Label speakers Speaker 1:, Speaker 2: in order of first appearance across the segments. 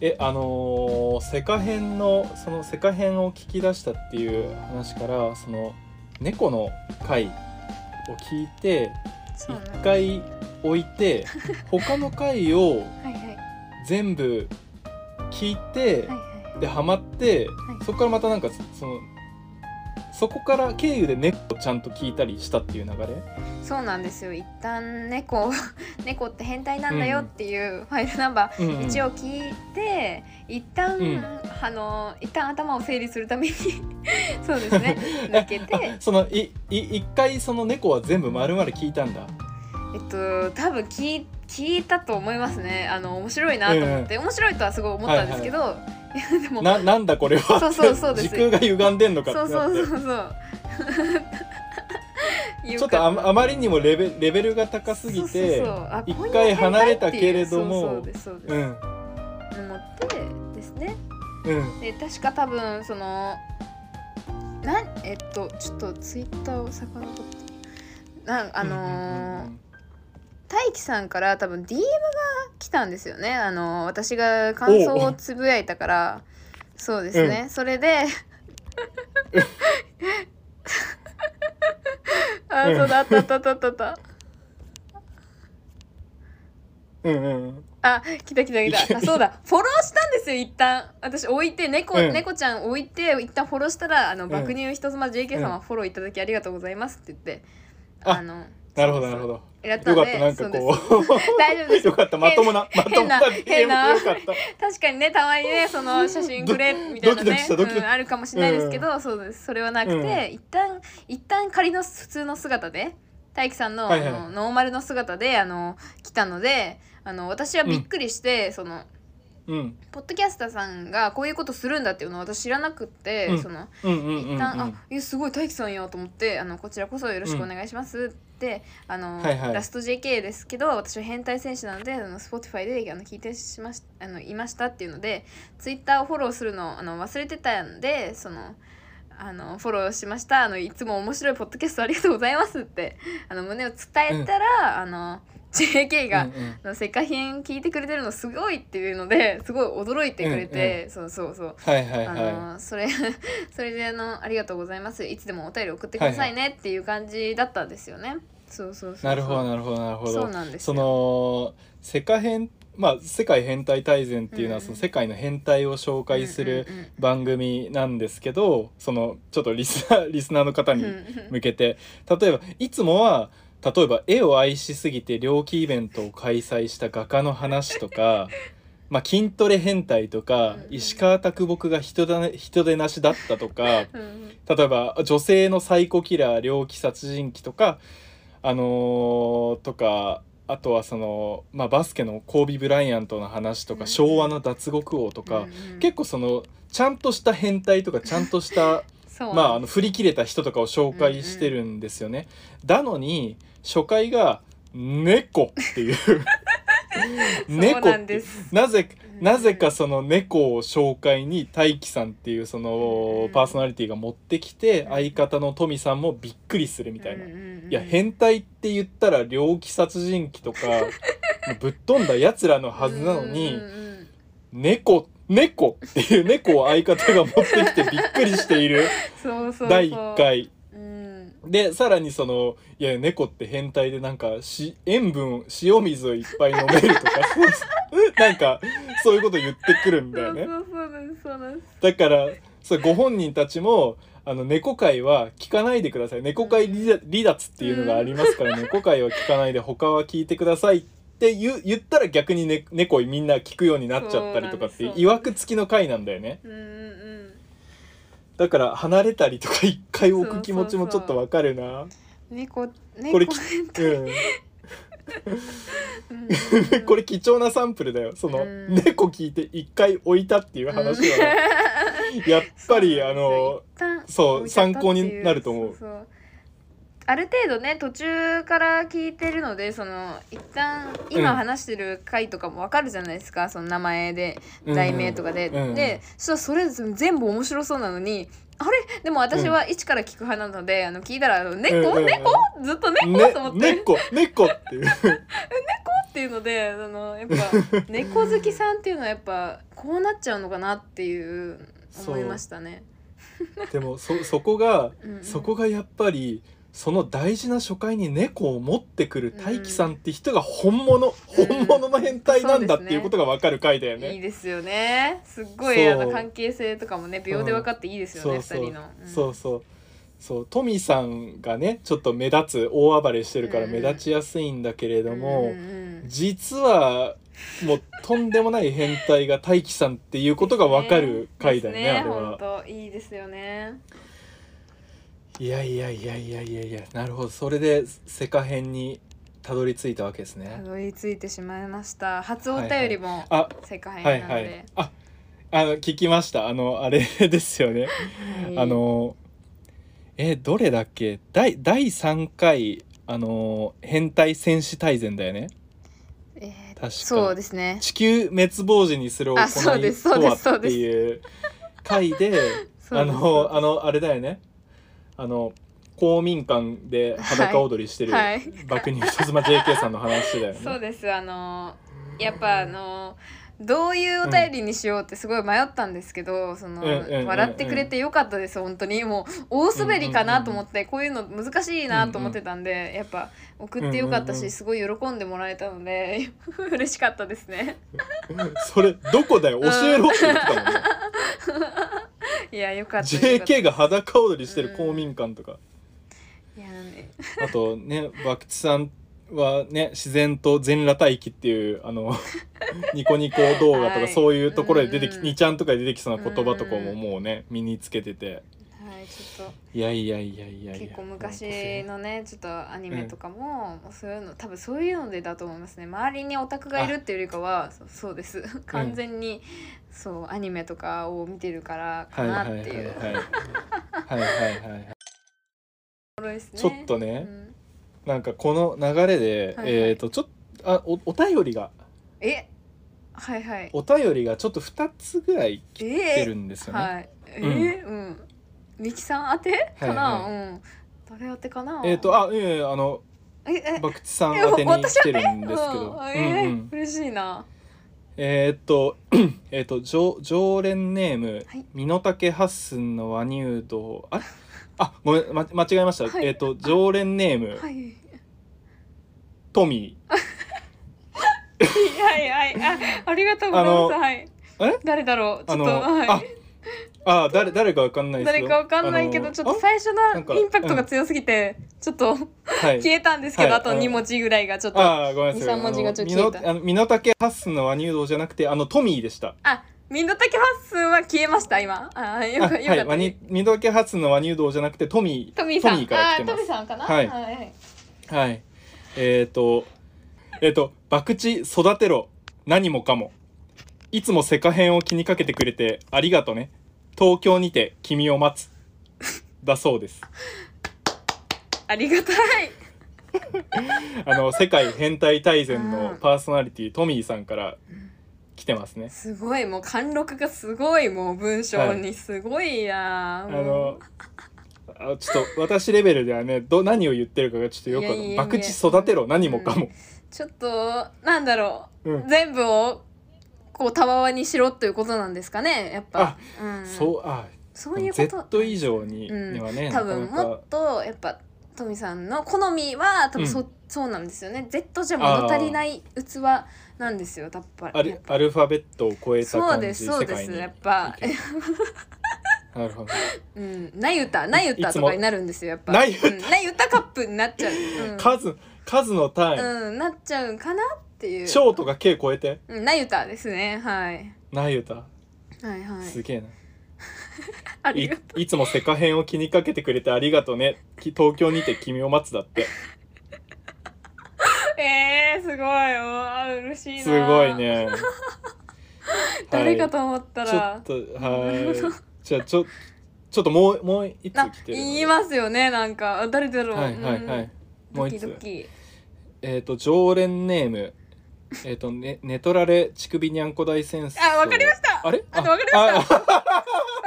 Speaker 1: えあのーセカ編のそのセカ編を聞き出したっていう話からその猫の回を聞いて
Speaker 2: そうなの
Speaker 1: 1回置い て他の回を
Speaker 2: はいはいはい
Speaker 1: 全部聞いて、
Speaker 2: はい
Speaker 1: でハマって、
Speaker 2: はい
Speaker 1: そこからまたなんかそのそこから経由で猫をちゃんと聞いたりしたっていう流れ
Speaker 2: そうなんですよ一旦猫を猫って変態なんだよっていうファイルナンバー、
Speaker 1: うんうん
Speaker 2: 一応聞いて一旦、
Speaker 1: うん
Speaker 2: あの一旦頭を整理するためにそうで すね抜けて
Speaker 1: あそのいい一回その猫は全部丸々聞いたんだ
Speaker 2: えっと多分聞い聞いたと思いますねあの面白いなと思って、面白いとはすごい思ったんですけど、いやでも
Speaker 1: ななんだこれは
Speaker 2: そうそうそうです
Speaker 1: 時空が歪んでんのかって
Speaker 2: そ
Speaker 1: な
Speaker 2: う
Speaker 1: って
Speaker 2: そうそうそう いう
Speaker 1: ちょっと
Speaker 2: か
Speaker 1: あまあまりにもレベレベルが高すぎて
Speaker 2: そうそうそうあ
Speaker 1: 一回
Speaker 2: こういう変態っていう
Speaker 1: 離れたけれども
Speaker 2: そうそうですそうです、
Speaker 1: うん
Speaker 2: 思ってですね
Speaker 1: うん
Speaker 2: で確か多分そのなんえっとちょっとツイッターを遡ってなんあのー大樹さんから多分 DM が来たんですよねあの私が感想をつぶやいたからそうですね、それ であ
Speaker 1: うん
Speaker 2: そうだあったあったあったあったあった
Speaker 1: うんうんうんうん
Speaker 2: あ来た来た来たあそうだフォローしたんですよ一旦私置いて猫、
Speaker 1: うん
Speaker 2: 猫ちゃん置いて一旦フォローしたら「あの
Speaker 1: ん
Speaker 2: 爆乳人妻 JK 様フォローいただきありがとうございます」って言って、
Speaker 1: あ
Speaker 2: の
Speaker 1: なるほどなるほど
Speaker 2: やった
Speaker 1: よ
Speaker 2: ん
Speaker 1: か
Speaker 2: で
Speaker 1: ったなん
Speaker 2: そ
Speaker 1: か
Speaker 2: うです
Speaker 1: こう
Speaker 2: 大丈夫です
Speaker 1: よかったまともなまともな
Speaker 2: 変
Speaker 1: DM
Speaker 2: な
Speaker 1: よかった
Speaker 2: 確かにねたまにねその写真
Speaker 1: ド
Speaker 2: くれみたいな
Speaker 1: ドキドキ
Speaker 2: ね
Speaker 1: したドキドキ
Speaker 2: うんあるかもしれないですけど、そうですそれはなくて、
Speaker 1: うん
Speaker 2: 一旦一旦仮の普通の姿で大樹さんの,、
Speaker 1: はいはい
Speaker 2: あのノーマルの姿であの来たのであの私はびっくりして、その
Speaker 1: うん
Speaker 2: ポッドキャスターさんがこういうことするんだっていうのを私知らなくって、
Speaker 1: うん
Speaker 2: その
Speaker 1: うんうんうんう
Speaker 2: 一
Speaker 1: ん
Speaker 2: 旦、あえすごい大樹さんやと思ってあのこちらこそよろしくお願いしますって、あの
Speaker 1: はいはい
Speaker 2: ラスト JK ですけど私は変態選手なのであの Spotify であの聞いてしましあのいましたっていうので Twitter をフォローするのをあの忘れてたんでその。あのフォローしましたあのいつも面白いポッドキャストありがとうございますってあの胸を伝えたら、あの JK が、
Speaker 1: うんうん
Speaker 2: あの世界編聞いてくれてるのすごいっていうのです ごい驚いてくれて、そうそうそう
Speaker 1: はいはい
Speaker 2: あ
Speaker 1: は
Speaker 2: のそれ それであの「ありがとうございますいつでもお便り送ってくださいね」っていう感じだったんですよね。そうそうそう
Speaker 1: いなるほどなるほどなるほ
Speaker 2: そ
Speaker 1: ど
Speaker 2: うなんです
Speaker 1: そ
Speaker 2: よ
Speaker 1: の世界変まあ世界変態大全っていうのは
Speaker 2: うん
Speaker 1: その世界の変態を紹介する番組なんですけどそのちょっとリスナー リスナーの方
Speaker 2: うん
Speaker 1: に
Speaker 2: うんうん
Speaker 1: 向けて例えばいつもは例えば絵を愛しすぎて猟奇イベントを開催した画家の話と かまあ筋トレ変態とか
Speaker 2: うん
Speaker 1: 石川啄木が人だ、ね、人出なしだったとか
Speaker 2: うんうん
Speaker 1: 例えば女性のサイコキラー猟奇殺人鬼とかあのーとかあとはその、まあ、バスケのコービー・ブライアントの話とか、
Speaker 2: うん
Speaker 1: 昭和の脱獄王とか、
Speaker 2: うんうん
Speaker 1: 結構そのちゃんとした変態とかちゃんとした、
Speaker 2: そう
Speaker 1: まあ、あの振り切れた人とかを紹介してるんですよね。だのに初回が「猫」って いう
Speaker 2: そう
Speaker 1: 猫
Speaker 2: な
Speaker 1: っ
Speaker 2: ん
Speaker 1: てい
Speaker 2: で
Speaker 1: う
Speaker 2: す
Speaker 1: なぜ
Speaker 2: うん
Speaker 1: なぜかその猫を紹介に大樹さんっていうその
Speaker 2: うん
Speaker 1: パーソナリティが持ってきて
Speaker 2: うん
Speaker 1: 相方のトミさんもびっくりするみたいな。
Speaker 2: う
Speaker 1: い
Speaker 2: んうんうん
Speaker 1: や変態って言ったら猟奇殺人鬼 とかもうぶっ飛んだやつらのはずなのに
Speaker 2: うんうんうん
Speaker 1: 猫猫っていう猫を相方が持ってきてびっくりしている
Speaker 2: そうそうそう
Speaker 1: 第1回。
Speaker 2: うん
Speaker 1: でさらにそのいや猫って変態でなんかし塩分塩水をいっぱい飲め るとかなんかそういうこと言ってくるんだ
Speaker 2: そ
Speaker 1: よ
Speaker 2: う
Speaker 1: ね
Speaker 2: そうそうなんですそうなんです
Speaker 1: だからそうご本人たちもあの猫会は聞かないでください猫会離脱離脱っていうのがありますから、猫会は聞かないで他は聞いてくださいって言う言ったら逆に、ね、猫みんな聞くようになっちゃったりとかっていう
Speaker 2: そう
Speaker 1: い
Speaker 2: な
Speaker 1: わ
Speaker 2: んです
Speaker 1: くつきの回なんだよね
Speaker 2: うんうんうん
Speaker 1: だから離れたりとか一回置く気持ちもちょっとわかるな
Speaker 2: 猫
Speaker 1: これ
Speaker 2: 猫
Speaker 1: き
Speaker 2: 変態
Speaker 1: うん
Speaker 2: うんうんう ん
Speaker 1: これ貴重なサンプルだよその、
Speaker 2: うん
Speaker 1: 猫聞いて一回置いたっていう話は、やっぱりあのそう
Speaker 2: 置いちゃったっ
Speaker 1: 参
Speaker 2: ていう
Speaker 1: 考になると思う
Speaker 2: そそある程度ね途中から聞いてるのでその一
Speaker 1: う
Speaker 2: 旦今
Speaker 1: ん
Speaker 2: 話してる回とかもわかるじゃないですか、その名前で
Speaker 1: うん
Speaker 2: 題名とかで、
Speaker 1: うん
Speaker 2: でそしたらそれ全部面白そうなのにあれでも私は一から聞く派なので、あの聞いたらあの「猫、
Speaker 1: うんうんうん
Speaker 2: 猫ずっと猫、
Speaker 1: ね
Speaker 2: と思って、
Speaker 1: 猫猫っていう
Speaker 2: っていうのであのやっぱ 猫好きさんっていうのはやっぱこうなっちゃうのかなっていう思いましたね。
Speaker 1: でもそそこが
Speaker 2: うんうん
Speaker 1: そこがやっぱりその大事な初回に猫を持ってくる大樹さんって人が本物、
Speaker 2: うん
Speaker 1: 本物の変態なんだ
Speaker 2: そ
Speaker 1: っ
Speaker 2: うですね
Speaker 1: ていうことが分かる回だよね。
Speaker 2: いいですよね。すっごい
Speaker 1: そう
Speaker 2: あの関係性とかもね秒で分かっていいですよね、
Speaker 1: そうそう
Speaker 2: 二人の。ん
Speaker 1: そうそうそうトミーさんがねちょっと目立つ大暴れしてるから
Speaker 2: うん
Speaker 1: 目立ちやすいんだけれども、
Speaker 2: んん
Speaker 1: 実はもうとんでもない変態が大樹さんっていうことが分かる回だよね
Speaker 2: で
Speaker 1: あ
Speaker 2: す
Speaker 1: れ
Speaker 2: 本
Speaker 1: は。
Speaker 2: 当いいですよね。
Speaker 1: いやいやいやいやいやいやなるほどそれでセカ編にたどり着いたわけです
Speaker 2: た
Speaker 1: ね。
Speaker 2: どり着いてしまいました。初お便りも
Speaker 1: あ
Speaker 2: 世界
Speaker 1: はい
Speaker 2: なの
Speaker 1: は
Speaker 2: で
Speaker 1: い。。あ、あの聞きました。あのあれですよね。
Speaker 2: はい
Speaker 1: あのえどれだっけ？第第三回あの変態戦士大全だよね。
Speaker 2: えー
Speaker 1: 確か
Speaker 2: そうですね。
Speaker 1: 地球滅亡時にする行
Speaker 2: あそうで
Speaker 1: い
Speaker 2: す
Speaker 1: とは
Speaker 2: そうですそう
Speaker 1: っ
Speaker 2: で
Speaker 1: て
Speaker 2: す
Speaker 1: いう回で、あのあのあれだよね。あの公民館で裸踊りしてる、
Speaker 2: はい
Speaker 1: 爆乳人妻 JK さんの話だよね。
Speaker 2: そうですあのやっぱあのどういうお便りにしようってすごい迷ったんですけど、その、
Speaker 1: うんうんうんうん
Speaker 2: 笑ってくれてよかったです本当にもう大滑りかなと思って、こういうの難しいなと思ってたんで、やっぱ送ってよかった
Speaker 1: う
Speaker 2: し、
Speaker 1: んうんうん
Speaker 2: すごい喜んでもらえたので 嬉しかったですね
Speaker 1: それどこだよ教えろって言ってたも んね。
Speaker 2: いやよかったよかった
Speaker 1: JK が裸踊りしてる公民館とか、
Speaker 2: いやね
Speaker 1: あとね博打さんはね自然と全裸待機っていうあ のニコニコ動画と
Speaker 2: は
Speaker 1: か
Speaker 2: い
Speaker 1: そういうところで出てき、
Speaker 2: うんうん
Speaker 1: 2ちゃんとかで出てきそうな言葉とか
Speaker 2: うん
Speaker 1: も
Speaker 2: うん
Speaker 1: もうね身につけてて
Speaker 2: はいちょっと
Speaker 1: いやいやいやいやいや
Speaker 2: 結構昔
Speaker 1: 本
Speaker 2: のねちょっとアニメとかも、そういうの多分そういうのでだと思いますね周りにオタクがいるっていうよりかはそそうです 完全に、そうアニメとかを見てるから
Speaker 1: 当
Speaker 2: か
Speaker 1: ね
Speaker 2: な
Speaker 1: は
Speaker 2: っ
Speaker 1: いはい
Speaker 2: て
Speaker 1: はい
Speaker 2: い
Speaker 1: は
Speaker 2: う
Speaker 1: いはいはいはいはい
Speaker 2: おもろいですね
Speaker 1: ちょっとね
Speaker 2: うん
Speaker 1: なんかこの流れで、
Speaker 2: はいはい
Speaker 1: えっ、とちょっとあおお便りが
Speaker 2: えはいはい
Speaker 1: お便りがちょっと2つぐらい来
Speaker 2: え
Speaker 1: てるんですよね、
Speaker 2: はいえーうんミキさん宛て
Speaker 1: はい
Speaker 2: かな、
Speaker 1: は
Speaker 2: うん誰宛てかな
Speaker 1: えっ、とあいやいやあの
Speaker 2: ええ
Speaker 1: 博打さん宛てに来てるんですけど、
Speaker 2: うん、えー
Speaker 1: うんうん
Speaker 2: 嬉しいな
Speaker 1: えーっと えーっと常常連ネーム
Speaker 2: はい
Speaker 1: 身の丈八寸の和乳道あれあごめん、ま、間違えました、
Speaker 2: はい
Speaker 1: えーっと常連ネーム、
Speaker 2: はい
Speaker 1: トミ
Speaker 2: はいはいはいあありがとうございますはい
Speaker 1: え
Speaker 2: 誰だろ
Speaker 1: ー
Speaker 2: うちょ
Speaker 1: あ
Speaker 2: っと
Speaker 1: の、
Speaker 2: は
Speaker 1: あ
Speaker 2: い
Speaker 1: あ誰誰かわかんないです
Speaker 2: 誰
Speaker 1: よ
Speaker 2: かわかんないけ
Speaker 1: あ
Speaker 2: ど
Speaker 1: の
Speaker 2: ちょっと最初のインパ
Speaker 1: なん
Speaker 2: クト
Speaker 1: かう
Speaker 2: が
Speaker 1: ん
Speaker 2: 強すぎてちょっと
Speaker 1: あはい
Speaker 2: 消えたんですけど
Speaker 1: はい
Speaker 2: あと2文字ぐらいがちょっとあ
Speaker 1: あーごめんなさい
Speaker 2: 二三文字がちょっと
Speaker 1: あの
Speaker 2: 消えた
Speaker 1: 身のあの身の丈八寸の和乳道じゃなくてあのトミーでした
Speaker 2: ミンドタケファッスンは消えました今あーよ
Speaker 1: あ
Speaker 2: かよ
Speaker 1: はい
Speaker 2: かった
Speaker 1: 和
Speaker 2: です
Speaker 1: 乳身の丈八寸の和乳道じゃなくてトミー
Speaker 2: トミーさん
Speaker 1: から来て
Speaker 2: あー
Speaker 1: ま
Speaker 2: トミ
Speaker 1: す
Speaker 2: ーさんかな
Speaker 1: はい
Speaker 2: はい
Speaker 1: はい。えっ、と、えっ、と、博打育てろ、何もかも。いつもセカ編を気にかけてくれてありがとね。東京にて君を待つ。だそうです。
Speaker 2: ありがたい
Speaker 1: あの、世界変態大全
Speaker 2: う
Speaker 1: の
Speaker 2: ん
Speaker 1: パーソナリティ、トミーさんから来てますね。
Speaker 2: すごいもう貫禄がすごいもう文章にすごいな
Speaker 1: あ
Speaker 2: ーも
Speaker 1: の、あちょっと私レベルではねど何を言ってるかがちょっとよくわかんない
Speaker 2: いやいやいや
Speaker 1: 博打育てろ何もかも、
Speaker 2: うちょっとなんだろう
Speaker 1: うん
Speaker 2: 全部をこうたわわにしろということなんですかねやっぱ、うん、
Speaker 1: そうあ
Speaker 2: そういうこと
Speaker 1: Z 以上に,、
Speaker 2: うん
Speaker 1: にはね
Speaker 2: 多分
Speaker 1: なかな
Speaker 2: も
Speaker 1: か
Speaker 2: っとやっぱトミさんの好みは多分そ,、
Speaker 1: う
Speaker 2: そうなんですよね Z じゃ物足りない器なんですよやっぱ
Speaker 1: アルアルファベットを超えた
Speaker 2: そう
Speaker 1: 感じ
Speaker 2: ですそうで
Speaker 1: 世界
Speaker 2: す
Speaker 1: に
Speaker 2: やっぱ、
Speaker 1: なるほど
Speaker 2: うん、ない歌ない歌
Speaker 1: いつ
Speaker 2: と
Speaker 1: も
Speaker 2: かになるんですよやっぱ
Speaker 1: ない歌
Speaker 2: うん、ない歌カップになっちゃ う、
Speaker 1: 数数の単位、
Speaker 2: うんうん、なっちゃうんかなっていう
Speaker 1: 小とか K 超えて
Speaker 2: うん、ない歌ですねはい
Speaker 1: ない歌
Speaker 2: はいは
Speaker 1: す
Speaker 2: い
Speaker 1: げえな、
Speaker 2: あ
Speaker 1: い
Speaker 2: りがとう、
Speaker 1: いつもセカ編を気にかけてくれてありがとうねき東京にて君を待つだって
Speaker 2: えー、すごいおー嬉しいな
Speaker 1: すごいね
Speaker 2: 誰かと思ったら、
Speaker 1: はい、ちょっとはいじゃあちょちょっともうもう一つ
Speaker 2: な
Speaker 1: 来てるの
Speaker 2: 言いますよねなんかあ誰だろう、
Speaker 1: はいはいはい、
Speaker 2: うん
Speaker 1: もう
Speaker 2: ドキ
Speaker 1: 一
Speaker 2: ド
Speaker 1: つ
Speaker 2: キ
Speaker 1: えっ、と常連ネームえっ、とねネトラレ乳首にゃんこ大戦争
Speaker 2: あわかりました
Speaker 1: あれ
Speaker 2: あとわかりましたわ
Speaker 1: た
Speaker 2: か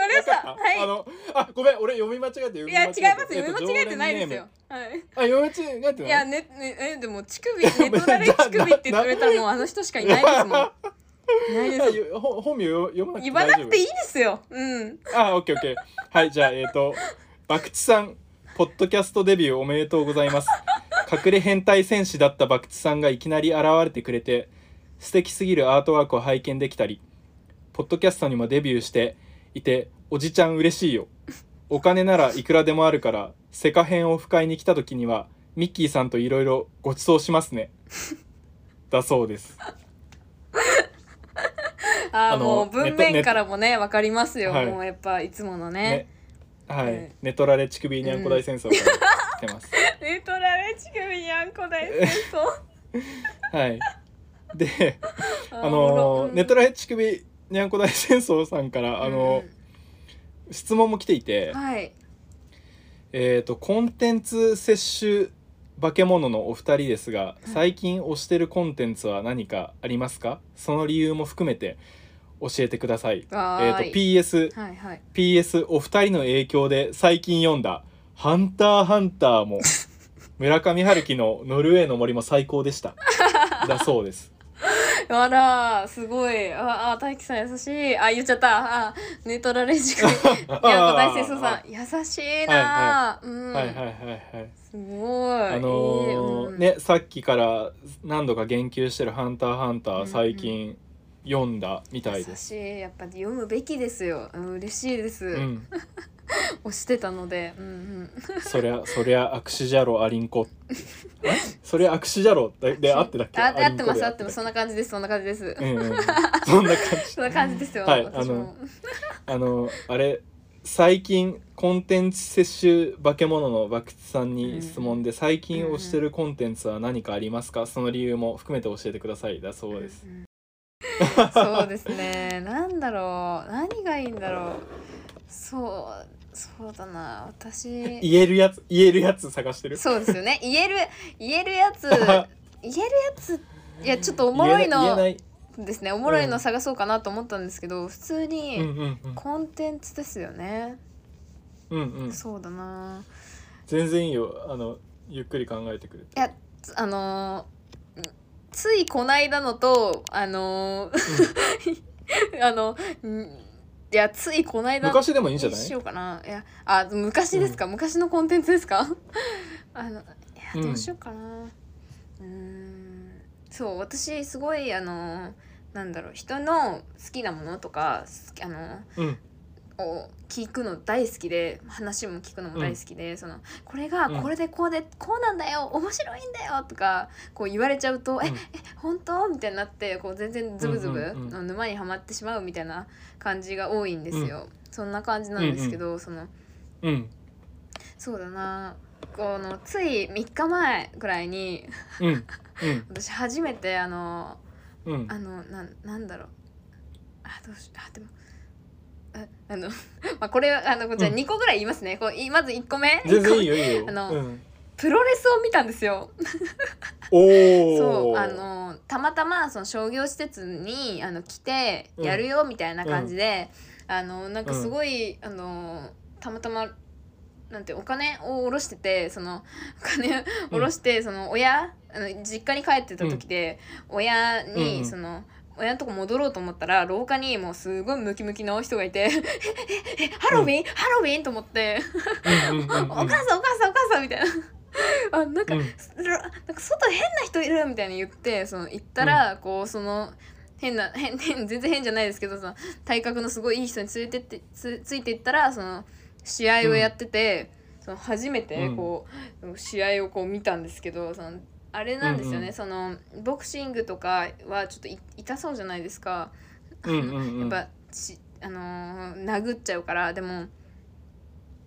Speaker 2: りました
Speaker 1: あ
Speaker 2: は
Speaker 1: のあごめん俺読み間違えて読
Speaker 2: い
Speaker 1: み
Speaker 2: いや
Speaker 1: 間
Speaker 2: 違
Speaker 1: 違
Speaker 2: い
Speaker 1: え
Speaker 2: ます
Speaker 1: て
Speaker 2: 読み間違えてないですよ、
Speaker 1: え
Speaker 2: はい
Speaker 1: あ幼稚園がって
Speaker 2: い
Speaker 1: な
Speaker 2: や、ね、ね、え、でも、乳首、 ネトだれ乳首って言れたら、もう、あの人しかいないですもん。いない
Speaker 1: い
Speaker 2: で
Speaker 1: や
Speaker 2: す。
Speaker 1: よほ本名よ読まなくて
Speaker 2: 言わ
Speaker 1: 大
Speaker 2: な
Speaker 1: 丈
Speaker 2: く
Speaker 1: 夫
Speaker 2: ていいですよ。うん。
Speaker 1: あオッケーオッケーはいじゃあえっ、と博打さんポッドキャストデビューおめでとうございます隠れ変態戦士だった博打さんがいきなり現れてくれて素敵すぎるアートワークを拝見できたりポッドキャストにもデビューしていておじちゃん嬉しいよお金ならいくらでもあるからセカ編を不快に来た時にはミッキーさんといろいろご馳走しますねだそうです
Speaker 2: あ
Speaker 1: あ
Speaker 2: あ、
Speaker 1: の
Speaker 2: もう、文
Speaker 1: ネッ
Speaker 2: 面
Speaker 1: ト
Speaker 2: からもね、わかりますよ。
Speaker 1: はい
Speaker 2: もう、やっぱ、いつものね
Speaker 1: ね。はい、
Speaker 2: うん
Speaker 1: ネトラレ乳首にゃんこ大戦争から来てます
Speaker 2: ネトラレ乳首にあんこ大戦争。
Speaker 1: はい。 で、あ
Speaker 2: おも
Speaker 1: の
Speaker 2: ろ
Speaker 1: ネトラヘ乳首にゃんこ大戦争さんからあの、、質問も来ていて、
Speaker 2: うんうんはい。
Speaker 1: えっ、とコンテンツ摂取化け物のお二人ですが、
Speaker 2: うん
Speaker 1: 最近推してるコンテンツは何かありますか？その理由も含めて教えてください。
Speaker 2: は
Speaker 1: えっ、
Speaker 2: ーい
Speaker 1: と P.S.
Speaker 2: はい、はい。
Speaker 1: P.S. お二人の影響で最近読んだハンターハンタ ーも村上春樹のノルウェーの森も最高でした。だそうです。
Speaker 2: あら、すごい。ああ、大輝さん優しい。あ、言っちゃった。あ、ネトラレ乳 首。に
Speaker 1: あ
Speaker 2: あんこ大戦争さん、優しいな。うん。
Speaker 1: はいはいはいはい。
Speaker 2: すごい。
Speaker 1: あのー
Speaker 2: えー
Speaker 1: ね、さっきから何度か言及してる「ハンターハンタ
Speaker 2: うんう
Speaker 1: ー」
Speaker 2: ん
Speaker 1: 最近読んだみたい
Speaker 2: 優
Speaker 1: です。
Speaker 2: しいやっぱ読むべきですようん嬉しいです、
Speaker 1: うん、
Speaker 2: 押してたので、うん
Speaker 1: そりゃそりゃ握手じゃろアリン コ。あそりゃ握手じゃろで
Speaker 2: う
Speaker 1: で
Speaker 2: ん、
Speaker 1: 合ってたっけ？
Speaker 2: あ合ってます合
Speaker 1: ア
Speaker 2: っ
Speaker 1: リ
Speaker 2: て
Speaker 1: ンコ
Speaker 2: ます
Speaker 1: で
Speaker 2: そんな感じですそんな感じです、
Speaker 1: うんうんうん、そんな感じ
Speaker 2: そんな感じですよ、
Speaker 1: はい
Speaker 2: 私も
Speaker 1: あのあれ最近コンテンツ摂取化け物のバクツさんに質問で、最近推してるコンテンツは何かありますかその理由も含めて教えてくださいだそうです。
Speaker 2: んうんそうです ねなんだろう何がいいんだろうそうそうだな私
Speaker 1: 言えるやつ言えるやつ探してる
Speaker 2: そうですよね言える言える やつ言えるやついやちょっとおもろ
Speaker 1: 言え
Speaker 2: いの
Speaker 1: ない
Speaker 2: ですねおもろいの探そうかなと思ったんですけど普通
Speaker 1: 言
Speaker 2: に、
Speaker 1: えないうんうんうん
Speaker 2: コンテンツですよね。
Speaker 1: うんうん、
Speaker 2: そうだな。
Speaker 1: 全然いいよあのゆっくり考えてくれて
Speaker 2: いや、つあのーんついこないだのと、あのー あの、んいや、ついこないだ
Speaker 1: 昔でもいいんじゃ
Speaker 2: に
Speaker 1: ない
Speaker 2: しようかな。いや、あ、昔ですか、昔のコンテンツですか あの、いや、どうしようかな。うーん、そう、私、すごい、あのーなんだろう人の好きなものとか好きあのー
Speaker 1: うん
Speaker 2: を聞くの大好きで話も聞くのも大好きで、そのこれが
Speaker 1: うん
Speaker 2: これでこうで、こうなんだよ面白いんだよとかこう言われちゃうと、
Speaker 1: う
Speaker 2: ええ
Speaker 1: ん
Speaker 2: 本当みたいになってこう全然ズブズブ、
Speaker 1: うんうんうん
Speaker 2: あの沼にはまってしまうみたいな感じが多いんですよ、そんな感じなんですけど、その
Speaker 1: うん
Speaker 2: そうだなこのつい3日前ぐらいに
Speaker 1: うんうん
Speaker 2: 私初めてあの
Speaker 1: うん
Speaker 2: あのなんなんだろうあどうしあでもああの まあこれあのじゃあ
Speaker 1: うん
Speaker 2: 2個ぐらい言いますね、こういまず1個目
Speaker 1: 全然いいよいいよ
Speaker 2: あの
Speaker 1: うん、
Speaker 2: プロレスを見たんですよ
Speaker 1: おお
Speaker 2: そうあのたまたまその商業施設にあの来て
Speaker 1: うん
Speaker 2: やるよみたいな感じで、あのなんかすごい、あのたまたまなんてお金を下ろしててその お金を下ろして、その親あの実家に帰ってた時で、親
Speaker 1: うんう
Speaker 2: に
Speaker 1: ん
Speaker 2: その。親のとこ戻ろうと思ったら廊下にもうすごいムキムキの人がいてえ「ええ ハロウィン、ハロウィン!」と思って
Speaker 1: うんうんうんうん
Speaker 2: お 母さんお母さんお母さんみたいな あなんか、
Speaker 1: うん
Speaker 2: らなんか外変な人いるみたいに言ってその行ったら、こうその変な変変全然変じゃないですけどその体格のすごいいい人に連れてってつついていったらその試合をやってて、その初めて
Speaker 1: うん
Speaker 2: こう、試合をこう見たんですけどそのあれなんですよね、
Speaker 1: うんうん
Speaker 2: そのボクシングとかはちょっとい痛そうじゃないですか。
Speaker 1: うんうんうん
Speaker 2: やっぱし、あのー殴っちゃうからでも
Speaker 1: う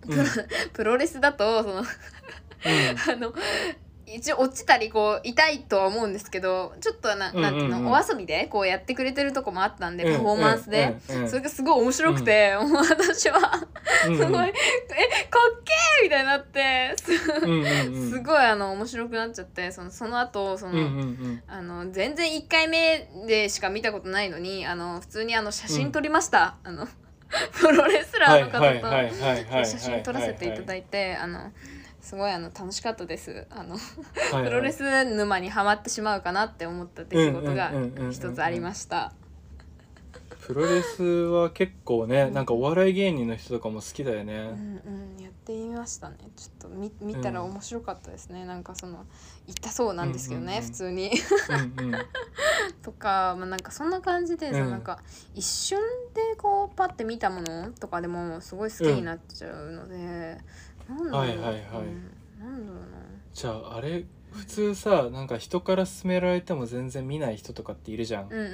Speaker 2: プ
Speaker 1: ん
Speaker 2: ロ,、プロレスだとそのあの一応落ちたりこう痛いとは思うんですけどちょっとななんてい
Speaker 1: うん
Speaker 2: うの、
Speaker 1: うんうん
Speaker 2: お遊びでこうやってくれてるとこもあったんで、
Speaker 1: うん
Speaker 2: パフォーマンスで、
Speaker 1: うんうん
Speaker 2: それがすごい面白くて、もう私は
Speaker 1: うん
Speaker 2: すごい、えかっけーみたいになってす
Speaker 1: うんうんうん
Speaker 2: すごいあの面白くなっちゃってそのその後その。
Speaker 1: うんうんうん
Speaker 2: あの全然1回目でしか見たことないのにあの普通にあの写真撮りました、あのプロレスラーの方と、
Speaker 1: はいはいはいはいはいはいはい
Speaker 2: 写真撮らせていただいてあのすごいあの楽しかったですあの
Speaker 1: はいはい
Speaker 2: プロレス沼にはまってしまうかなって思った出来事が一つありました
Speaker 1: プロレスは結構ね
Speaker 2: うん
Speaker 1: なんかお笑い芸人の人とかも好きだよ
Speaker 2: う
Speaker 1: ね、
Speaker 2: んうんやってみましたねちょっと見見たら面白かったですね、なんかその痛そうなんですけどね、
Speaker 1: うんうんうん
Speaker 2: 普通に
Speaker 1: うんうん
Speaker 2: とか、まあ、なんかそんな感じで、その
Speaker 1: うん
Speaker 2: なんか一瞬でこうパッて見たものとかでもすごい好きになっちゃうので、なんだろう、
Speaker 1: はいはいはい
Speaker 2: うんなんだろう
Speaker 1: じゃああれ普通さなんか人から勧められても全然見ない人とかっているじゃん、
Speaker 2: なうんうんう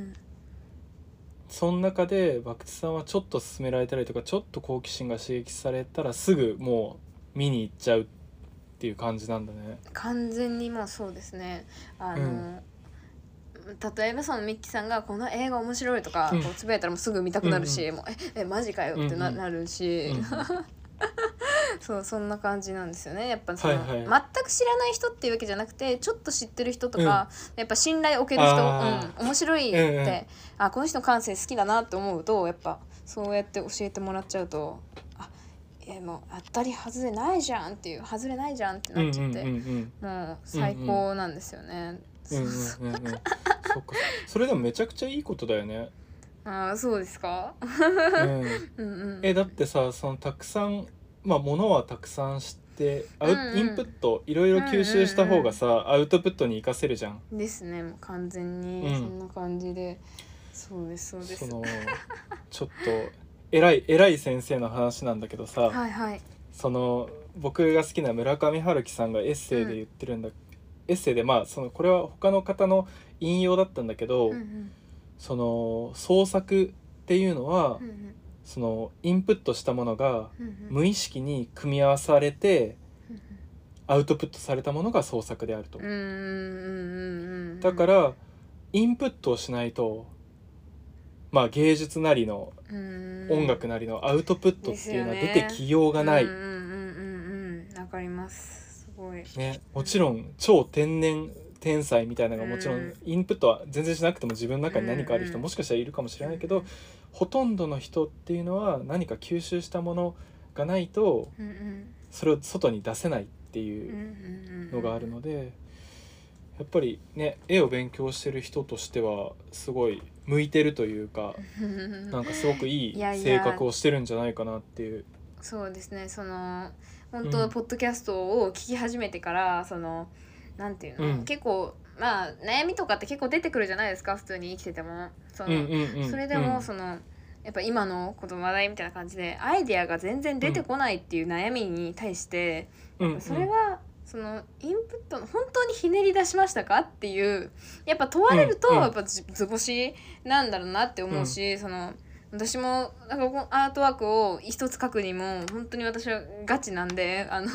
Speaker 2: ん
Speaker 1: その中でバクチさんはちょっと勧められたりとかちょっと好奇心が刺激されたらすぐもう見に行っちゃうっていう感じなんだね
Speaker 2: うん完全にもうそうですねあの、
Speaker 1: うん
Speaker 2: 例えばそのミッキーさんが「この映画面白い」とか
Speaker 1: うん
Speaker 2: こうつぶやいたらもうすぐ見たくなるし「もうええマジかよ」ってな,、
Speaker 1: うんうん
Speaker 2: なるし、
Speaker 1: うん
Speaker 2: そうそんな感じなんですよねやっぱその、
Speaker 1: はい
Speaker 2: 全
Speaker 1: は
Speaker 2: く知らない人っていうわけじゃなくてちょっと知ってる人とか、やっぱ信頼を受ける人、
Speaker 1: あ
Speaker 2: うん、面白いって、
Speaker 1: うんうん
Speaker 2: あこの人の感性好きだなって思うとやっぱそうやって教えてもらっちゃうとあえもう当たり外れないじゃんっていう外れないじゃんって
Speaker 1: うん
Speaker 2: な
Speaker 1: う
Speaker 2: っ
Speaker 1: ん
Speaker 2: ち
Speaker 1: う
Speaker 2: ゃっ
Speaker 1: ん
Speaker 2: て、
Speaker 1: うん
Speaker 2: もう最高なんですよね。
Speaker 1: うんうんうんうん
Speaker 2: そ
Speaker 1: そっかそれでもめちゃくちゃいいことだよね、
Speaker 2: あーそうですか。
Speaker 1: うん
Speaker 2: うんうん。
Speaker 1: えだってさそのたくさんまあものはたくさん知ってアウ、
Speaker 2: うんうん
Speaker 1: インプットいろいろ吸収した方がさ、アウトプットに活かせるじゃん。
Speaker 2: ですねもう完全に
Speaker 1: うん
Speaker 2: そんな感じで、そうですそうです。
Speaker 1: のちょっと偉い偉い先生の話なんだけどさ、
Speaker 2: はいはい。
Speaker 1: その僕が好きな村上春樹さんがエッセイで言ってるんだ、エッセイでまあそのこれは他の方の引用だったんだけど、
Speaker 2: うんうん
Speaker 1: その創作っていうのは、
Speaker 2: うんうん
Speaker 1: そのインプットしたものが
Speaker 2: うんうん
Speaker 1: 無意識に組み合わされて
Speaker 2: うん
Speaker 1: アウトプットされたものが創作であると。
Speaker 2: うんうんうんうんうん。
Speaker 1: だからインプットをしないとまあ芸術なりの音
Speaker 2: 音
Speaker 1: 楽なりのアウトプットっていうのは出てきようがない、
Speaker 2: うんうんうんうんうんわかります。すごい。
Speaker 1: ね、もちろん超天然天才みたいなのがもちろ
Speaker 2: うんん
Speaker 1: インプットは全然しなくても自分の中に何かある
Speaker 2: うんう
Speaker 1: 人
Speaker 2: ん
Speaker 1: もしかしたらいるかもしれないけどほとんどの人っていうのは何か吸収したものがないと
Speaker 2: うんうん
Speaker 1: それを外に出せないって
Speaker 2: うんう
Speaker 1: いうん
Speaker 2: うん。
Speaker 1: のがある のでやっぱりね絵を勉強してる人としてはすごい向いてるというかなんかすごくいい
Speaker 2: いやい
Speaker 1: 性
Speaker 2: や
Speaker 1: 格をしてるんじゃないかなっていう。
Speaker 2: そうですねその本
Speaker 1: う
Speaker 2: 当
Speaker 1: ん
Speaker 2: ポッドキャストを聞き始めてから、そのなんていうの、
Speaker 1: うん
Speaker 2: 結構まあ悩みとかって結構出てくるじゃないですか普通に生きててもその、それでもそのやっぱ今のこの話題みたいな感じでアイデアが全然出てこないっていう悩みに対して、それはそのインプットの本当にひねり出しましたかっていうやっぱ問われると
Speaker 1: うんうん
Speaker 2: やっぱず図星なんだろうなって思うし、その私もなんかこのアートワークを一つ書くにも本当に私はガチなんであの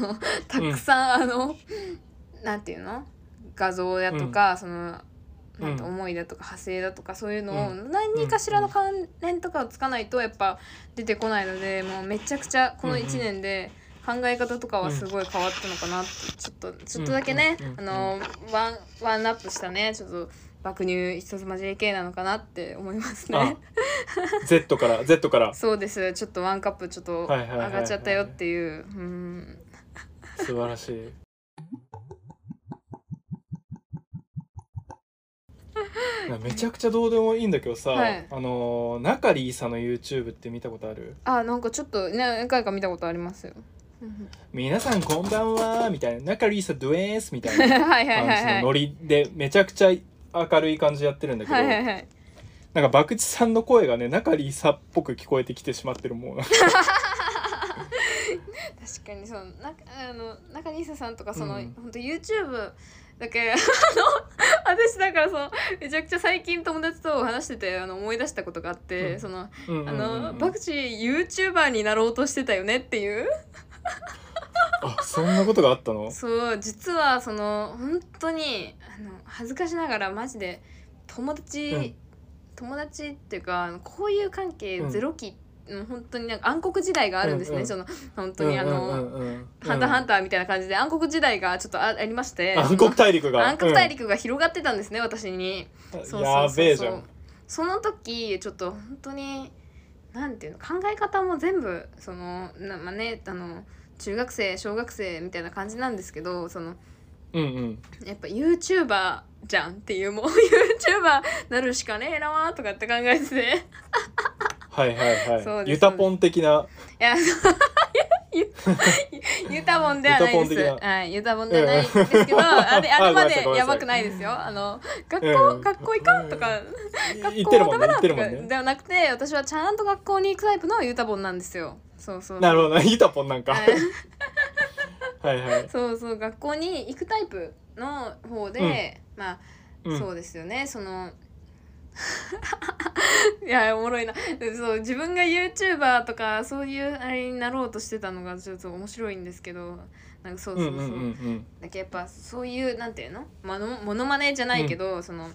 Speaker 2: たくさん、あのなんていうの画像だとか、そのなん
Speaker 1: うん
Speaker 2: て思いだとか派生だとかそういうのを
Speaker 1: う
Speaker 2: 何かしらの関連とかをつかないとやっぱ出てこないのでもうめちゃくちゃこの1年で考え方とかはすごい変わったのかなってちょっとちょっとだけね
Speaker 1: うんうんうん
Speaker 2: あのワンワンアップしたねちょっと爆乳一つ間 JK なのかなって思いますね。
Speaker 1: あ Z から Z から
Speaker 2: そうですちょっとワンカップちょっと
Speaker 1: はいは
Speaker 2: 上
Speaker 1: いはいはい
Speaker 2: がっちゃったよっていううん
Speaker 1: 素晴らしい。めちゃくちゃどうでもいいんだけどさ、
Speaker 2: はい
Speaker 1: あのーナカリーさんの YouTube って見たことある
Speaker 2: あなんかちょっとね何回か見たことありますよ。
Speaker 1: 皆さんこんばんはみたいなナカリーさんドゥエースみたい
Speaker 2: はい
Speaker 1: な
Speaker 2: はいはい
Speaker 1: 感じ
Speaker 2: は
Speaker 1: の
Speaker 2: い。
Speaker 1: ノリでめちゃくちゃ明るい感じでやってるんだけど、
Speaker 2: はいはいはい。
Speaker 1: なんかバクチさんの声がねナカリーさんっぽく聞こえてきてしまってるもう
Speaker 2: 確かにそのなあの中西さんとかその、
Speaker 1: うん
Speaker 2: 本当 YouTube だけ あの私だからそのめちゃくちゃ最近友達と話しててあの思い出したことがあって、
Speaker 1: うん
Speaker 2: その
Speaker 1: うんうん
Speaker 2: あ
Speaker 1: うん
Speaker 2: の、
Speaker 1: うん
Speaker 2: バクチー YouTuber になろうとしてたよねっていう
Speaker 1: あそんなことがあったの
Speaker 2: そう実はその本当にあの恥ずかしながらマジで友達、
Speaker 1: うん
Speaker 2: 友達っていうかあの交友関係
Speaker 1: うん
Speaker 2: ゼロ期、もう本当になんか暗黒時代があるんですね、
Speaker 1: うんうん
Speaker 2: その本当にあの。
Speaker 1: うんうんうんうん
Speaker 2: ハンターハンターみたいな感じで暗黒時代がちょっとあありまして
Speaker 1: 暗黒大陸が
Speaker 2: 暗黒大陸が広がってたんですね、私に
Speaker 1: うん
Speaker 2: そうそ
Speaker 1: やべ
Speaker 2: うそう
Speaker 1: え
Speaker 2: そ
Speaker 1: じゃ
Speaker 2: うんその時ちょっと本当になんていうの考え方も全部そのなまあねあの中学生小学生みたいな感じなんですけどその
Speaker 1: うんうん
Speaker 2: やっぱ YouTuber じゃんっていう もう YouTuber なるしかねえなーとかって考えてて。
Speaker 1: はいはい
Speaker 2: そう
Speaker 1: は
Speaker 2: です
Speaker 1: いユタポン的ない
Speaker 2: や、 そうゆゆゆたぼんではない
Speaker 1: ゆた
Speaker 2: で
Speaker 1: ぼん
Speaker 2: す。
Speaker 1: 的な
Speaker 2: はい、ゆたぼんではないですけど、
Speaker 1: うん
Speaker 2: あれ、あれ ま
Speaker 1: あごめ
Speaker 2: で
Speaker 1: んなさい
Speaker 2: やばくないですよ。あの、学
Speaker 1: う
Speaker 2: 校、
Speaker 1: ん
Speaker 2: 学校行かんとか、
Speaker 1: 言
Speaker 2: 学
Speaker 1: って
Speaker 2: 校
Speaker 1: る
Speaker 2: は
Speaker 1: も
Speaker 2: ダ
Speaker 1: んね言
Speaker 2: メだ
Speaker 1: って
Speaker 2: と
Speaker 1: るも
Speaker 2: か
Speaker 1: んね
Speaker 2: ではなくて、私はちゃんと学校に行くタイプのゆたぼんなんですよ。そうそう。
Speaker 1: なるほどねユタポンなんか
Speaker 2: は
Speaker 1: はいいはい
Speaker 2: そうそう、学校に行くタイプの方で、まあ、
Speaker 1: うん
Speaker 2: そうですよねその いやおもろいなそう自分が YouTuber とかそういうあれになろうとしてたのがちょっと面白いんですけどなんかそう
Speaker 1: う
Speaker 2: そ
Speaker 1: ん
Speaker 2: う
Speaker 1: う
Speaker 2: そ
Speaker 1: ん
Speaker 2: う,、
Speaker 1: うん
Speaker 2: だけどやっぱそういうなんていうのまのモノマネじゃないけど、その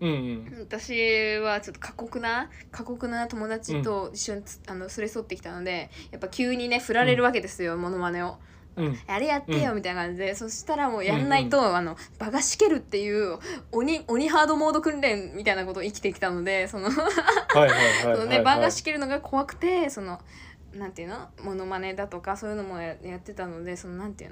Speaker 1: うんうん
Speaker 2: 私はちょっと過酷な過酷な友達と一緒につ、あのすれ添ってきたのでやっぱ急にね振られるわけですよ、モノマネを。
Speaker 1: うんうん
Speaker 2: あれやってよ
Speaker 1: う
Speaker 2: みたいな感じで、そしたらもうやんないと、あの場がしけるっていう鬼鬼ハードモード訓練みたいなことを生きてきたのでそのそ
Speaker 1: はいはいはい
Speaker 2: の
Speaker 1: はい
Speaker 2: ね
Speaker 1: は
Speaker 2: 場
Speaker 1: い
Speaker 2: がしけるのが怖くてそのなんていうのモノマネだとかそういうのもややってたのでそのなんていう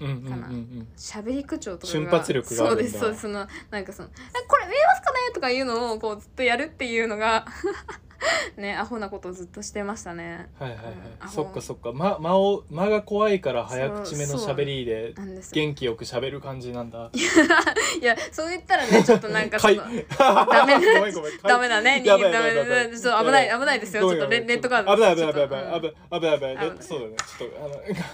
Speaker 2: の
Speaker 1: うんうんうん
Speaker 2: かな
Speaker 1: うん
Speaker 2: 喋り口調とか
Speaker 1: 瞬発力があ
Speaker 2: そ
Speaker 1: るん
Speaker 2: う
Speaker 1: だ
Speaker 2: ですそうですそのなんかその「えこれ見えますかね?」とかいうのをこうずっとやるっていうのが ねアホなことをずっとしてましたね。
Speaker 1: はいはいは
Speaker 2: うん
Speaker 1: いそっかそっかま間を間が怖いから早口めの喋りで
Speaker 2: なんですよ
Speaker 1: 元気よく喋る感じなんだ
Speaker 2: いやそう言ったらねちょっとなんかそ
Speaker 1: か い
Speaker 2: のダメ
Speaker 1: ごめんごめん
Speaker 2: ダメだね。人
Speaker 1: やば
Speaker 2: 間
Speaker 1: い
Speaker 2: ダ
Speaker 1: やばいやばいや
Speaker 2: メだ
Speaker 1: ば
Speaker 2: ね。
Speaker 1: い
Speaker 2: ちょっと危ない危ないですよ。ちょっとレレッドカード。
Speaker 1: 危ない危ない
Speaker 2: ち
Speaker 1: 危
Speaker 2: ょ
Speaker 1: な
Speaker 2: っ
Speaker 1: い
Speaker 2: と
Speaker 1: 危ない
Speaker 2: うん
Speaker 1: 危ない危ない危な
Speaker 2: 危ない
Speaker 1: いそうだねちょっとあ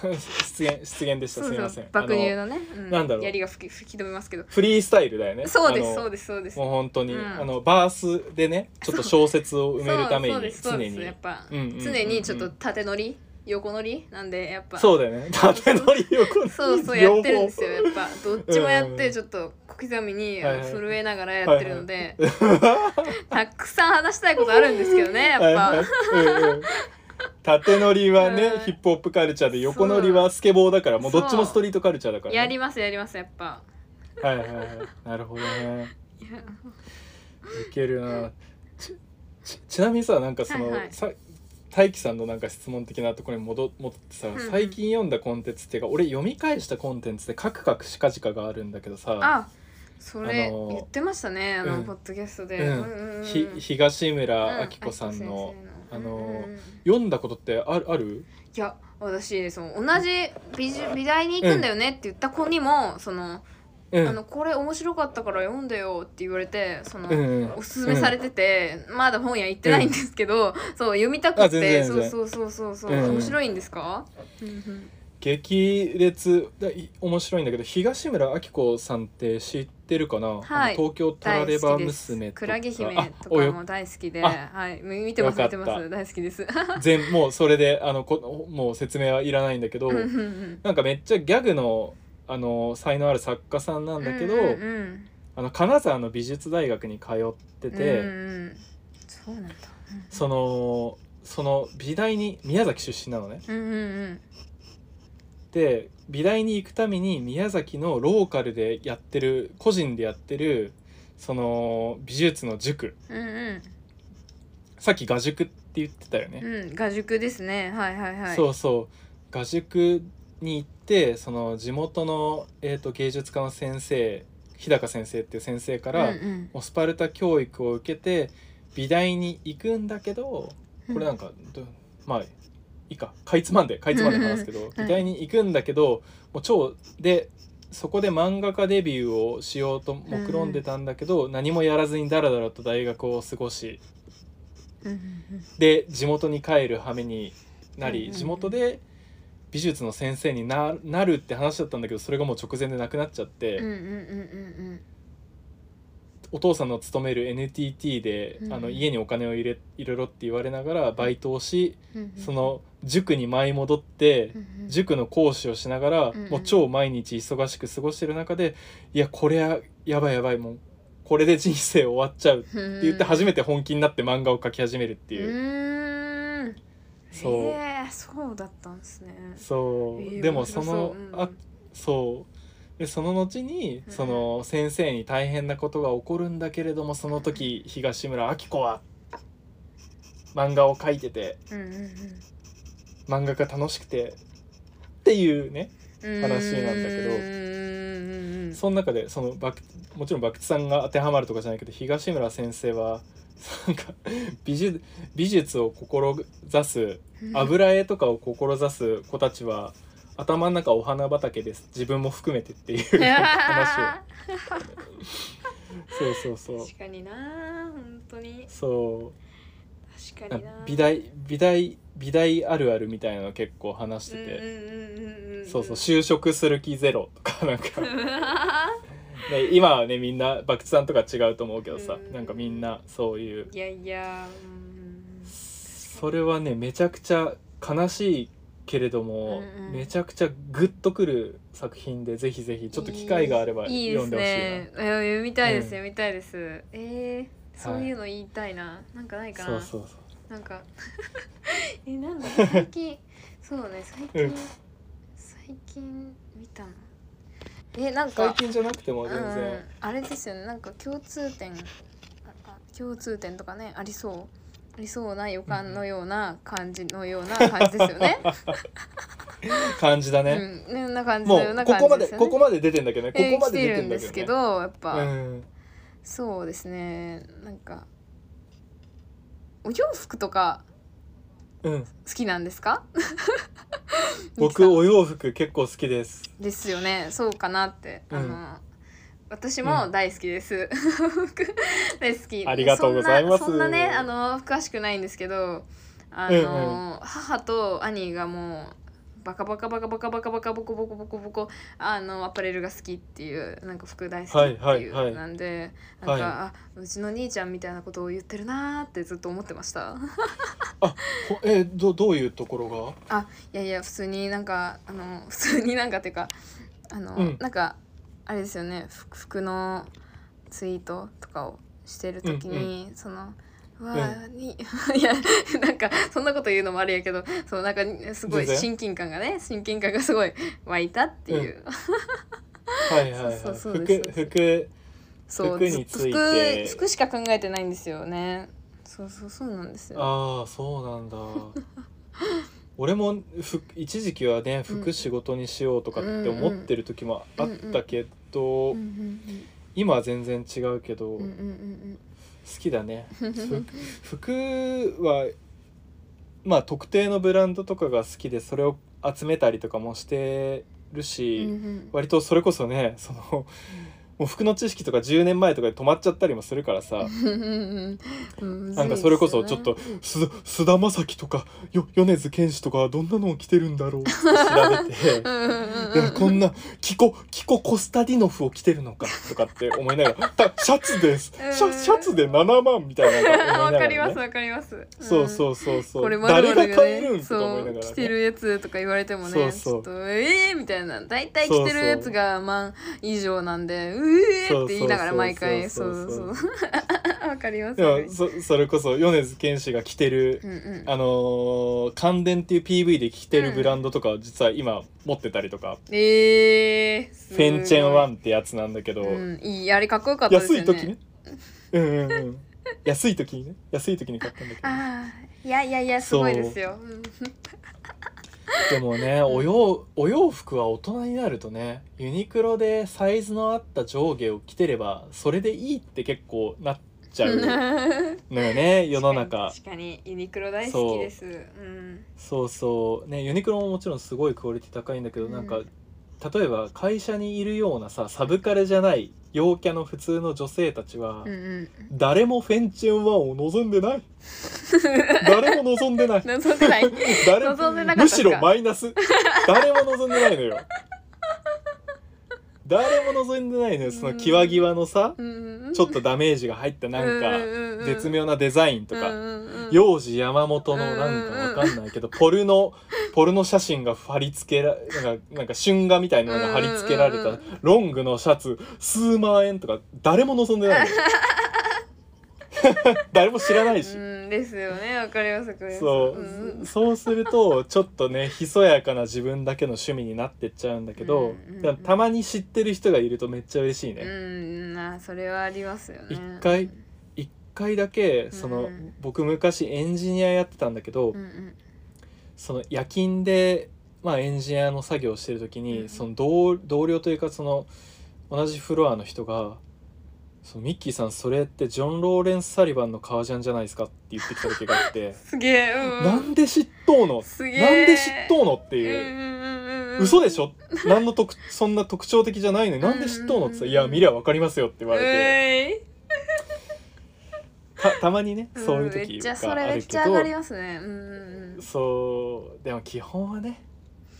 Speaker 1: の 失言失言でしたすみませ
Speaker 2: そうんそう
Speaker 1: あの
Speaker 2: 爆乳のね。う
Speaker 1: なんだろう
Speaker 2: 槍が吹き吹き飛びますけど。
Speaker 1: フリースタイルだよね
Speaker 2: そうです
Speaker 1: あ
Speaker 2: そ
Speaker 1: の
Speaker 2: うですそうです。
Speaker 1: もう本当に
Speaker 2: うん
Speaker 1: あのバースでねちょっと小説を埋めるため
Speaker 2: そうで
Speaker 1: に
Speaker 2: すそ
Speaker 1: 常
Speaker 2: うですや
Speaker 1: に
Speaker 2: っぱ
Speaker 1: うんうんうんうん
Speaker 2: 常にちょっと縦乗り横乗りなんでやっぱ。
Speaker 1: そううだよね縦乗り横乗り
Speaker 2: そうそうやってるんですよ
Speaker 1: 両
Speaker 2: やっぱどっちもやっ
Speaker 1: うんうんう
Speaker 2: て
Speaker 1: ん
Speaker 2: ちょっと小刻みに
Speaker 1: はい
Speaker 2: あ
Speaker 1: は
Speaker 2: の
Speaker 1: い
Speaker 2: 震えながらやってるのでたくさん話したいことあるんですけどねや
Speaker 1: はい
Speaker 2: っ
Speaker 1: はい
Speaker 2: ぱ
Speaker 1: うんうん縦乗りはね
Speaker 2: うん
Speaker 1: ヒップホップカルチャーで横乗りはスケボーだからもうどっちもストリートカルチャーだからね
Speaker 2: やりますやりますやっぱ。
Speaker 1: はいはいはいなるほどね
Speaker 2: いや
Speaker 1: いけるなちちちなみにさなんかその、
Speaker 2: はいはい
Speaker 1: さ大樹さんのなんか質問的なところに戻戻ってさ、
Speaker 2: んうん
Speaker 1: 最近読んだコンテンツっていうか俺読み返したコンテンツでカクカクしかじかがあるんだけどさ
Speaker 2: あ、それ
Speaker 1: あのー
Speaker 2: 言ってましたね、あの
Speaker 1: うん
Speaker 2: ポッドキャストで。
Speaker 1: うん
Speaker 2: うんうん
Speaker 1: ひ東村明子さんの、
Speaker 2: うん
Speaker 1: あのー
Speaker 2: うんうんうん
Speaker 1: 読んだことってあるある
Speaker 2: いや、私、その同じ美術美大に行くんだよねって言った子にも、その、
Speaker 1: う
Speaker 2: あの
Speaker 1: ん
Speaker 2: これ面白かったから読んでよって言われて、その。
Speaker 1: うん
Speaker 2: おすすめされてて、まだ本屋行ってないんですけど、そう読みたく
Speaker 1: あ全
Speaker 2: て
Speaker 1: 然
Speaker 2: そう
Speaker 1: 全然
Speaker 2: そうそうそうそう、
Speaker 1: うんうん
Speaker 2: 面白いんですか、うんうん
Speaker 1: 激烈だい面白いんだけど東村明子さんって知ってるかな、
Speaker 2: はい
Speaker 1: あの東京タラ
Speaker 2: 大
Speaker 1: レ
Speaker 2: 好
Speaker 1: バ
Speaker 2: きです
Speaker 1: 娘と
Speaker 2: ク
Speaker 1: か
Speaker 2: ラゲ姫
Speaker 1: あ
Speaker 2: と
Speaker 1: お
Speaker 2: か
Speaker 1: よ
Speaker 2: も大好きで、
Speaker 1: あ
Speaker 2: はい、見てます見
Speaker 1: よかってた
Speaker 2: ます大好きです。
Speaker 1: 全もうそれであのこもう説明はいらないんだけど、
Speaker 2: うんうんうん
Speaker 1: なんかめっちゃギャグのあの才能ある作家さんなんだけど、
Speaker 2: うんうんうん
Speaker 1: あの金沢の美術大学に通ってて、
Speaker 2: うんうん、そうなんだ。
Speaker 1: そのその美大に宮崎出身なのね。
Speaker 2: うんうんうん
Speaker 1: で美大に行くために宮崎のローカルでやってる個人でやってるその美術の塾
Speaker 2: うんうん
Speaker 1: さっき画塾って言ってたよね。
Speaker 2: うん画塾ですねはいはいはい。
Speaker 1: そうそう画塾に行ってその地元の、えー、と芸術家の先生日高先生っていう先生から、
Speaker 2: うんうん
Speaker 1: もうスパルタ教育を受けて美大に行くんだけどこれなんか、どまあいいかかいつまんでかいつまんで話すけど、美大に行くんだけどもう超でそこで漫画家デビューをしようと目論んでたんだけど、何もやらずにダラダラと大学を過ごし
Speaker 2: うんうんうん
Speaker 1: で地元に帰る羽目にな
Speaker 2: うんうん
Speaker 1: り
Speaker 2: うん
Speaker 1: 地元で美術の先生にななるって話だったんだけどそれがもう直前でなくなっちゃって。
Speaker 2: うんうん
Speaker 1: お父さんの勤める NTT で、
Speaker 2: うん
Speaker 1: あの家にお金を入れ入れろって言われながらバイトをし、
Speaker 2: うんうん
Speaker 1: その塾に舞い戻って、塾の講師をしながら、
Speaker 2: うんうん
Speaker 1: もう超毎日忙しく過ごしてる中でいやこれややばいやばいもうこれで人生終わっちゃうって
Speaker 2: って
Speaker 1: 言って初
Speaker 2: め
Speaker 1: めて本気になって漫画を描き始めるって
Speaker 2: て
Speaker 1: いう、
Speaker 2: うん。
Speaker 1: そう
Speaker 2: へえそうだったんですね。
Speaker 1: そう、
Speaker 2: えー
Speaker 1: でも
Speaker 2: 面白
Speaker 1: そうの
Speaker 2: うん
Speaker 1: あそうでその後に
Speaker 2: うん
Speaker 1: その先生に大変なことが起こるんだけれどもその時東村明子は漫画を描いてて
Speaker 2: うんうんうん。
Speaker 1: 漫画が楽しくてっていうね話
Speaker 2: 話
Speaker 1: なんだけど
Speaker 2: ど
Speaker 1: その中でそのバクもちろん博打さんが当てはまるとかじゃないけど東村先生はなんか 美術美術を志す油絵とかを志す子たちは頭の中お花畑です自分も含めてっていう話を そうそうそう
Speaker 2: 確かにな本当に
Speaker 1: そう
Speaker 2: 確かにな
Speaker 1: 美大美大美大あるあるみたいなの結構話して
Speaker 2: うん
Speaker 1: て、
Speaker 2: うんんんん
Speaker 1: そうそう就職する気ゼロとか なんか、
Speaker 2: う
Speaker 1: ね、
Speaker 2: わ
Speaker 1: 今はねみんな博打さんとか違うと思うけどさ
Speaker 2: うん
Speaker 1: なんかみんなそういう
Speaker 2: ー いやいやうん
Speaker 1: それはねめちゃくちゃ悲しいけれども、
Speaker 2: うんうん
Speaker 1: めちゃくちゃグッとくる作品でぜひぜひちょっと機会があれば
Speaker 2: いいで
Speaker 1: 読
Speaker 2: す
Speaker 1: んでほしいな。
Speaker 2: ねいや読みたいです
Speaker 1: うん
Speaker 2: 読みたいですえーそういうの言いたいななんかないか
Speaker 1: そう
Speaker 2: な
Speaker 1: そうそう
Speaker 2: なんか えなんだ最近そうね最
Speaker 1: う
Speaker 2: 近
Speaker 1: ん
Speaker 2: 最近見たのえなん
Speaker 1: 最
Speaker 2: か
Speaker 1: 近じゃなくても全然、
Speaker 2: うん、あれですよねなんか共通点ああ共通点とかねありそうありそうな予感のような感じのような感じですよね。
Speaker 1: 感じだ
Speaker 2: う
Speaker 1: ね、
Speaker 2: ん、ねんな感じ
Speaker 1: も
Speaker 2: のよう
Speaker 1: う
Speaker 2: な
Speaker 1: こ
Speaker 2: 感
Speaker 1: こま
Speaker 2: じ
Speaker 1: で
Speaker 2: ですよね。
Speaker 1: ここまで出てんだけどねこ
Speaker 2: えー
Speaker 1: こま
Speaker 2: 来
Speaker 1: で
Speaker 2: て
Speaker 1: 出
Speaker 2: る
Speaker 1: て
Speaker 2: ん
Speaker 1: ん
Speaker 2: で
Speaker 1: だ
Speaker 2: す
Speaker 1: け
Speaker 2: け
Speaker 1: どね、
Speaker 2: どやっぱ、
Speaker 1: うん
Speaker 2: そうですねなんかお洋服とか
Speaker 1: うん、
Speaker 2: 好きなんですか ミキさ
Speaker 1: 僕
Speaker 2: ん
Speaker 1: お洋服結構好きです。
Speaker 2: ですよねそうかなって、
Speaker 1: うん
Speaker 2: あの私も大好きです、僕大好き
Speaker 1: ありがとうございます
Speaker 2: そんなそんなねあの詳しくないんですけどあの、母と兄がもうバカバカバカバカバカバカボコボコボコボコあのアパレルが好きっていうなんか服大好きっていう
Speaker 1: はいはいはい
Speaker 2: なんでなんか、
Speaker 1: は
Speaker 2: あうちの兄ちゃんみたいなことを言ってるなーってずっと思ってました。
Speaker 1: ほえーどどういうところ
Speaker 2: いやいや普通になんかあの 普通になんかっていうかあの、
Speaker 1: うん
Speaker 2: なんかあれですよね服服のツイートとかをしてる時に、そのうわあ、に いやなんかそんなこと言うのもあれやけどそうなんかすごい
Speaker 1: 全然
Speaker 2: 親近感がね親近感がすごい湧いたっていう、
Speaker 1: が？はいはいはい。
Speaker 2: そうそうそうです
Speaker 1: 服服
Speaker 2: そう
Speaker 1: 服
Speaker 2: ずっ
Speaker 1: に
Speaker 2: と
Speaker 1: ついて
Speaker 2: 服服しか考えてないんですよねそうそうそうなんですよ
Speaker 1: ああそう なんだ。俺も服一時期はね服仕事にしようとかって思ってる時もあったけど、
Speaker 2: うんうん
Speaker 1: 今は全然違うけど、
Speaker 2: うんうんう
Speaker 1: 好
Speaker 2: ん
Speaker 1: きだ ね。
Speaker 2: うんうん
Speaker 1: 服服はまあ特定のブランドとかが好きでそれを集めたりとかもしてるし。
Speaker 2: うんうん
Speaker 1: 割とそれこそねそのもう服の知識とか10年前とかで止まっちゃったりもするからさな
Speaker 2: なん
Speaker 1: かそれこそちょっと「す菅田将暉とかよ米津玄師とかどんなのを着てるんだろう」って調べて いや「こんなキコキココスタディノフを着てるのか」とかって思いながら「たシャツですシ
Speaker 2: うん
Speaker 1: ャシャツで7万」みたいなのが
Speaker 2: わ
Speaker 1: 思いなが、
Speaker 2: からり
Speaker 1: ね、
Speaker 2: ますわかります。
Speaker 1: そう
Speaker 2: うん。
Speaker 1: そうそうそう
Speaker 2: これま
Speaker 1: 誰
Speaker 2: る
Speaker 1: が買え
Speaker 2: ね
Speaker 1: るんとか思
Speaker 2: そ
Speaker 1: いな
Speaker 2: う
Speaker 1: がら、
Speaker 2: 着
Speaker 1: ね、
Speaker 2: てるやつとか言われてもね
Speaker 1: そうそう
Speaker 2: ちょっとええみたいな大体着てるやつが万以上なんでうえーって言いながら毎回そ
Speaker 1: そう
Speaker 2: う
Speaker 1: そう
Speaker 2: そ
Speaker 1: そうう
Speaker 2: わかります
Speaker 1: で
Speaker 2: わかり
Speaker 1: も
Speaker 2: ます
Speaker 1: そそれこそ米津玄師が着てる
Speaker 2: うんうん
Speaker 1: あのー関電っていう PV で着てるブランドとかは実は今持ってたりとか、
Speaker 2: えーすごい
Speaker 1: フェンチェンワンってやつなんだけど、
Speaker 2: うんいいあれかっこよかったです
Speaker 1: 安
Speaker 2: よ
Speaker 1: い
Speaker 2: ね
Speaker 1: 時ねうんうんうん安い時にね安い時に買ったんだけ
Speaker 2: ああいやいやいやすごいですようん
Speaker 1: どでもねお洋お洋服は大人になるとねユニクロでサイズのあった上下を着てればそれでいいって結構なっちゃ うのよね世の中
Speaker 2: 確かに確かにユニクロ大好きですうん
Speaker 1: そうそうねユニクロももちろんすごいクオリティ高いんだけど、
Speaker 2: うん
Speaker 1: なんか例えば会社にいるようなさサブカルじゃない陽キャの普通の女性たちは、
Speaker 2: うんうん
Speaker 1: 誰もフェンチェンワンを望んで ない誰も望んでない
Speaker 2: 望んでない
Speaker 1: 誰も
Speaker 2: 望んでなかった
Speaker 1: む
Speaker 2: っす
Speaker 1: し
Speaker 2: か
Speaker 1: ろマイナス誰も望んでないのよ誰も望んでないのよその際際のさ、
Speaker 2: うん
Speaker 1: ちょっとダメージが入ったなんか、絶妙なデザインとか、
Speaker 2: うん
Speaker 1: 幼児山本のなんかわかんないけど、ポルノポルノ写真が貼り付けらなんかなんか春画みたいなのが貼り付けられ
Speaker 2: うんうんうん
Speaker 1: たロングのシャツ数万円とか誰も望んでない の誰も知らないし、
Speaker 2: うんですよねわかりますわかります
Speaker 1: そう、
Speaker 2: ん
Speaker 1: そうするとちょっとねひそやかな自分だけの趣味になってっちゃうんだけど、
Speaker 2: うんうんうん
Speaker 1: だからたまに知ってる人がいるとめっちゃ嬉しいね。
Speaker 2: うんあそれはありますよね
Speaker 1: 一回一回だけその、
Speaker 2: うん
Speaker 1: 僕昔エンジニアやってたんだけど、
Speaker 2: うんうん
Speaker 1: その夜勤でまあ、エンジニアの作業をしてる時に、
Speaker 2: うん
Speaker 1: その同同僚というかその同じフロアの人が「そのミッキーさんそれってジョン・ローレンス・サリバンの革ジャンじゃないですか」って言ってきた時があって
Speaker 2: すげえ
Speaker 1: 「
Speaker 2: うん
Speaker 1: なんで知っとうの?」
Speaker 2: すげえ
Speaker 1: なんで知っとうのって
Speaker 2: う
Speaker 1: いう。
Speaker 2: ん
Speaker 1: 嘘でし
Speaker 2: ょ
Speaker 1: ょ何の特そんな特徴的じゃないのになんで知っとうのって言ったら「いや見りゃ分かりますよ」って言われて
Speaker 2: え
Speaker 1: たたまにね
Speaker 2: ー
Speaker 1: そういう
Speaker 2: め
Speaker 1: 時
Speaker 2: っち
Speaker 1: が
Speaker 2: ゃそれ
Speaker 1: あ
Speaker 2: め
Speaker 1: るけ
Speaker 2: っちゃ上がり
Speaker 1: ど
Speaker 2: ますねうんうんうん
Speaker 1: そうでも基本はね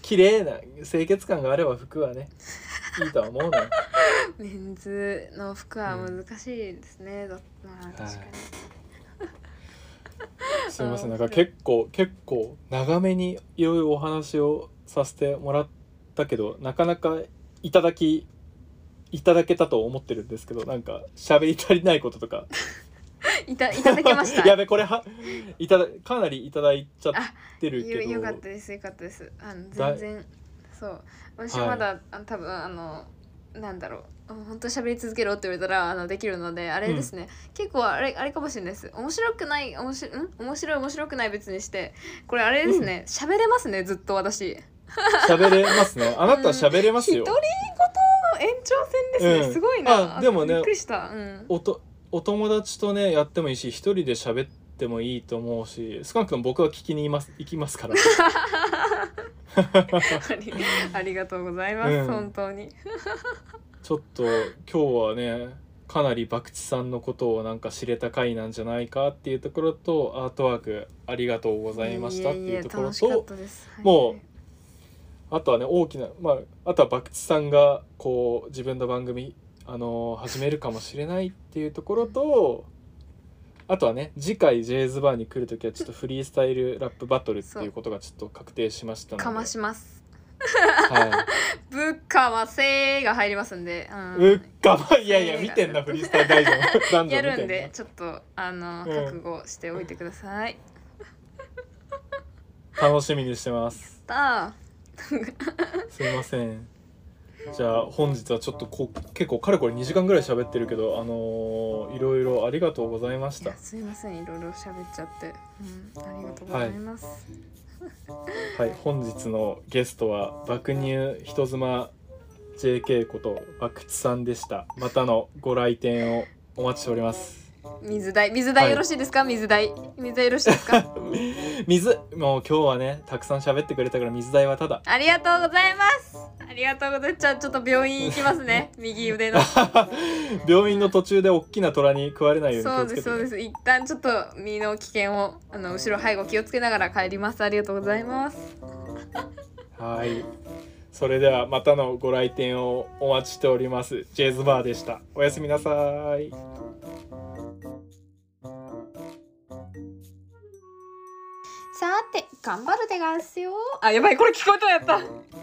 Speaker 1: 綺麗な清潔感があれば服はねいいとは思うのよ
Speaker 2: メンズの服は難しいですね、だまあ確かに、
Speaker 1: すみません
Speaker 2: あ
Speaker 1: な
Speaker 2: ー
Speaker 1: んか結構結構長めにいろいろお話をさせてもらったけどなかなかいただきいただけたと思ってるんですけどなんか喋り足りないこととか
Speaker 2: い、たいただけまし た
Speaker 1: やべこれはいただかなりいただいちゃってるけど
Speaker 2: よよかったですよかったですあの
Speaker 1: だ
Speaker 2: 全然そう私はまだ、あの多分あのなんだろう本当喋り続けろって言われたらあのできるのであれですね、結構あれあれかもしれないです面白くない面白ん面白い面白くない別にしてこれあれですね喋、れますねずっと私
Speaker 1: 喋れますねあなた喋れます
Speaker 2: 一人
Speaker 1: よ
Speaker 2: ごとの延長戦ですね、
Speaker 1: うん
Speaker 2: すごいな
Speaker 1: あでもね
Speaker 2: びっくりしたうん
Speaker 1: おとお友達とねやってもいいし一人で喋ってもいいと思うし少なくとも僕は聞きにいます行きますから
Speaker 2: ありありがとうございます、
Speaker 1: うん
Speaker 2: 本当に
Speaker 1: ちょっと今日はねかなり博打さんのことをなんか知れた回なんじゃないかっていうところとアートワークありがとうございましたっていうところ
Speaker 2: やや楽しか
Speaker 1: と
Speaker 2: ったですはい
Speaker 1: もあとはね大きなまああとは博打さんがこう自分の番組あのー始めるかもしれないっていうところとあとはね次回 j ズバーに来る時はちょっとフリースタイルラップバトルっていうことがちょっと確定しましたので
Speaker 2: かまします
Speaker 1: はい
Speaker 2: ぶっかませーが入りますんで、うん
Speaker 1: うっかまいやい や見てんなフリースタイル大丈夫男女
Speaker 2: や
Speaker 1: 見
Speaker 2: る
Speaker 1: て
Speaker 2: ん
Speaker 1: んな
Speaker 2: でちょっとあの
Speaker 1: うん
Speaker 2: 覚悟しておいてください、
Speaker 1: 楽しみにしてます
Speaker 2: さあ
Speaker 1: すいませんじゃあ本日はちょっとこう結構かれこれ2時間ぐらい喋ってるけどあのーいろいろありがとうございまし
Speaker 2: い
Speaker 1: た
Speaker 2: やすいませんいろいろ喋っちゃって、うん、ありがとうございます、
Speaker 1: はい本日のゲストは爆乳人妻 JK こと爆地さんでしたまたのご来店をお待ちしております
Speaker 2: 水代水代
Speaker 1: はい
Speaker 2: よろしいですか、水代水代よろしいで すか
Speaker 1: 水もう今日はねたくさん喋ってくれたから水代はただ
Speaker 2: ありがとうございますありがとうございますじゃあちょっと病院行きま すね右腕の
Speaker 1: 病院の途中で大きな虎に食われないように気
Speaker 2: そ
Speaker 1: を
Speaker 2: う
Speaker 1: つ
Speaker 2: で
Speaker 1: け
Speaker 2: す
Speaker 1: て
Speaker 2: そう
Speaker 1: ね、
Speaker 2: です一旦ちょっと身の危険をあの後ろ背後気をつけながら帰りますありがとうございます
Speaker 1: はい。それではまたのご来店をお待ちしております。ジェイズバーでした。おやすみなさい。
Speaker 2: さて頑張るでがんすよあやばいこれ聞こえたやった